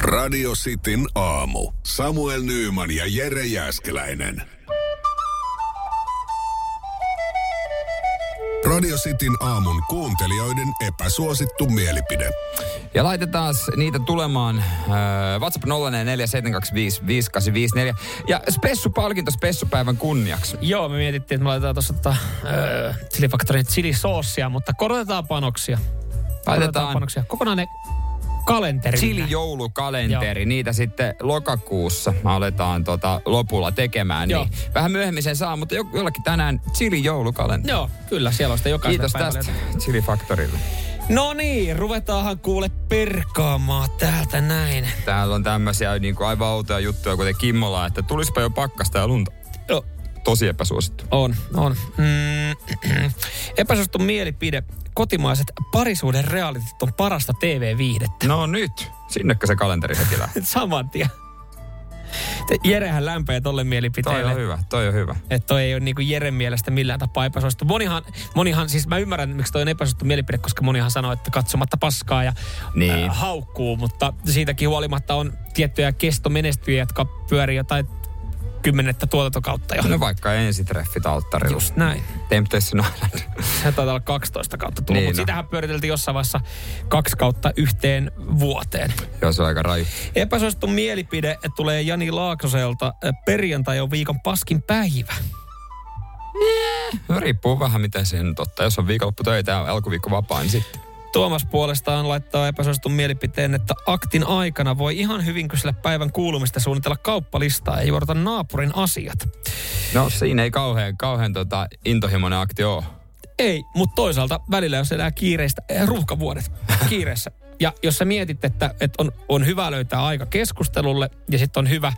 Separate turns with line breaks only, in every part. Radio Cityn aamu. Samuel Nyyman ja Jere Jäskeläinen. Radio Cityn aamun kuuntelijoiden epäsuosittu mielipide.
Ja laitetaan niitä tulemaan äh, WhatsApp 0447255854. Ja spessupalkinto spessupäivän kunniaksi.
Joo, me mietittiin, että me laitetaan tuossa tota, öö, Chili Factorin chilisoosia, mutta korotetaan panoksia. Korotetaan
Laitetaan
panoksia. Kokonainen kalenteri.
Chili joulukalenteri, niitä sitten lokakuussa aletaan tota lopulla tekemään.
Joo.
Niin vähän myöhemmin sen saa, mutta jo- jollakin tänään Chili joulukalenteri.
Joo, kyllä, siellä on sitä jokaisella
Kiitos
päivällä
tästä
jotain.
Chili Factorille.
No niin, ruvetaanhan kuule perkaamaan täältä näin.
Täällä on tämmöisiä niin kuin aivan outoja juttuja, kuten Kimmola, että tulispa jo pakkasta ja lunta.
Joo.
Tosi epäsuosittu.
On, on. Mm, epäsuosittu mielipide. Kotimaiset parisuuden realitit on parasta TV-viihdettä.
No nyt, sinnekö se kalenteri heti lähtee.
Saman tien. Te- Jerehän lämpää tolle mielipiteelle.
Toi on hyvä, toi on hyvä.
Että toi ei ole niinku Jeren mielestä millään tapaa epäsuosittu. Monihan, monihan, siis mä ymmärrän, miksi toi on epäsuosittu mielipide, koska monihan sanoo, että katsomatta paskaa ja
Niin.
äh, haukkuu, mutta siitäkin huolimatta on tiettyjä kestomenestyjiä, jotka pyörii jotain kymmenettä tuotantokautta jo.
No vaikka ensitreffit alttarilla.
Just näin.
Temptation Island.
Se taitaa olla 12 kautta tullut,
Niin
niin mutta
on.
sitähän pyöriteltiin jossain vaiheessa kaksi kautta yhteen vuoteen.
Joo, se on aika raju.
Epäsuosittu mielipide tulee Jani Laaksoselta. Perjantai on viikon paskin päivä.
No riippuu vähän, miten se nyt ottaa. Jos on viikonloppu töitä ja alkuviikko vapaa, niin sitten.
Tuomas puolestaan laittaa epäsuositun mielipiteen, että aktin aikana voi ihan hyvin kysellä päivän kuulumista suunnitella kauppalistaa ja juorta naapurin asiat.
No siinä ei kauhean, kauhean tota, intohimoinen akti ole.
Ei, mutta toisaalta välillä jos elää kiireistä, eh, ruuhkavuodet kiireessä. Ja jos sä mietit, että, että on, on hyvä löytää aika keskustelulle ja sitten on hyvä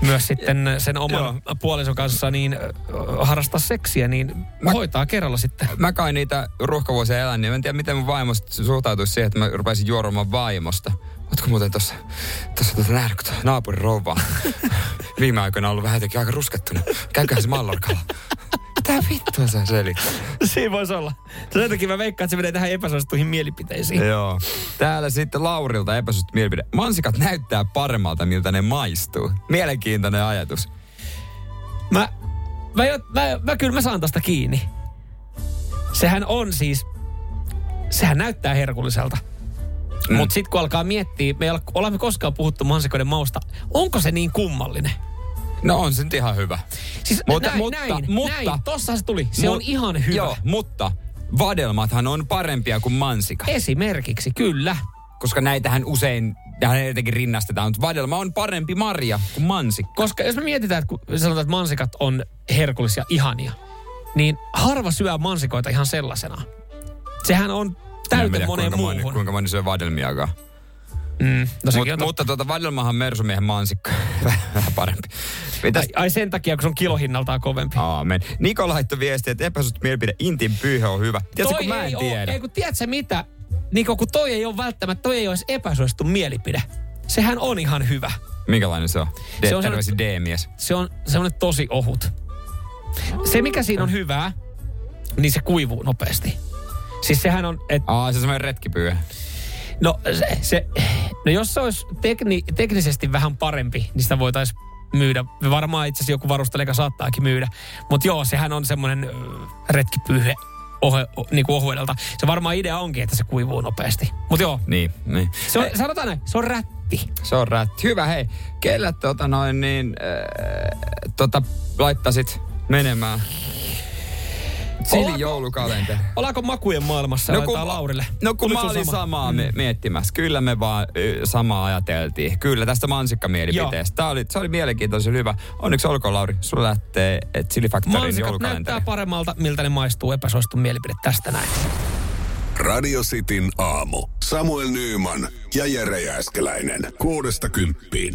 myös sitten sen oman puolison kanssa niin ö, harrastaa seksiä, niin
Mä-
hoitaa kerralla sitten.
Mä kai niitä ruuhkavuosia elän, niin mä en tiedä, miten mun vaimosta suhtautuisi siihen, että mä rupeaisin juoromaan vaimosta. Ootko muuten tossa, tossa tota nähnyt, kun tuo naapurin rouva on viime aikoina ollut vähän jotenkin aika ruskettuna. Käyköhän se mallorkalla. Mitä vittua sä selittää?
Siinä voisi olla. Sen takia mä veikkaan, että se menee tähän epäsuosittuihin mielipiteisiin.
Joo. Täällä sitten Laurilta epäsuosittu mielipide. Mansikat näyttää paremmalta, miltä ne maistuu. Mielenkiintoinen ajatus.
Mä, mä, jo- mä, mä kyllä mä saan tästä kiinni. Sehän on siis, sehän näyttää herkulliselta. Mm. Mutta sitten kun alkaa miettiä, me ei ole- olemme koskaan puhuttu mansikoiden mausta, onko se niin kummallinen?
No on se nyt ihan hyvä.
Siis
Mutta-
näin,
mutta-
näin,
mutta-
näin, tossahan se tuli. Se
Mu-
on ihan hyvä.
Joo,
Joo.
mutta vadelmathan on parempia kuin mansika.
Esimerkiksi, kyllä.
koska näitähän usein, tähän jotenkin rinnastetaan, mutta vadelma on parempi marja kuin mansikka.
Koska jos me mietitään, että kun sanotaan, että mansikat on herkullisia, ihania, niin harva syö mansikoita ihan sellaisena. Sehän on
En mä
täytä
tiedä,
moneen
kuinka
muuhun.
moni, kuinka moni syö vadelmiakaan.
no, sekin
Mut,
on totta.
mutta tuota, vadelmahan on mersumiehen mansikka. Vähän parempi. Mitäs?
Ai, ai sen takia, kun se on kilohinnaltaan kovempi.
Aamen. Niko laittoi viestiä, että epäsuosittu mielipide, intin pyyhe on hyvä. Tiedätkö, kun mä en
ei
tiedä.
Oo, ei kun tiedätkö mitä? Niko, kun toi ei ole välttämättä, toi ei ole edes epäsuosittu mielipide. Sehän on ihan hyvä.
Minkälainen se on? D-
Se
se
on
on
sellainen-
terveisiä D-mies.
Se on semmoinen tosi ohut. Se, mikä siinä on hyvää, niin se kuivuu nopeasti. Siis sehän on, et,
Aa, se on semmoinen retkipyyhe.
no, se, se, no jos se olisi tekni, teknisesti vähän parempi, niin sitä voitaisiin myydä. Varmaan itse asiassa joku varusteleka saattaakin myydä. Mutta joo, sehän on semmoinen ö, retkipyyhe ohe, o, niinku ohuedelta. Se varmaan idea onkin, että se kuivuu nopeasti. Mutta joo,
Niin, niin.
Se on, sanotaan näin, se on rätti.
Se on rätti. Hyvä, hei. Kelle tota noin niin, äh, tota laittasit menemään?
Ollaanko-
Sili joulukalenteri.
Ollaanko makujen maailmassa? No, kun, Laurille.
No kun
Oliko
mä
sulla
olin
sama?
samaa mm. miettimässä. Kyllä me vaan y, samaa ajateltiin. Kyllä tästä mansikkamielipiteestä. Tää oli, se oli mielenkiintoisen hyvä. Onneksi olkoon Lauri. Sulla lähtee et Chili Factorin
Mansikat näyttää
joulukalenteri.
paremmalta, miltä ne maistuu. Epäsuostun mielipide tästä näin.
Radio Cityn aamu. Samuel Nyyman ja Jere Jäskeläinen. Kuudesta kymppiin.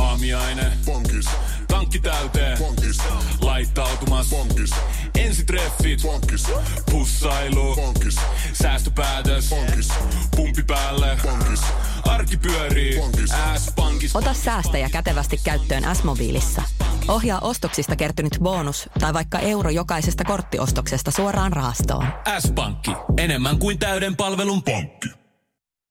Aamiaine.
Bonkis,
Tankki täyteen.
bonkis,
Laittautumas.
bonkis,
Ensitreffit.
bonkis,
Pussailu.
bonkis,
Säästöpäätös.
bonkis,
Pumpi päälle.
bonkis.
Arki pyörii.
Bonkis.
S-pankissa.
Ota säästäjä kätevästi käyttöön S-mobiilissa. Ohjaa ostoksista kertynyt bonus tai vaikka euro jokaisesta korttiostoksesta suoraan rahastoon.
S-pankki. Enemmän kuin täyden palvelun pankki.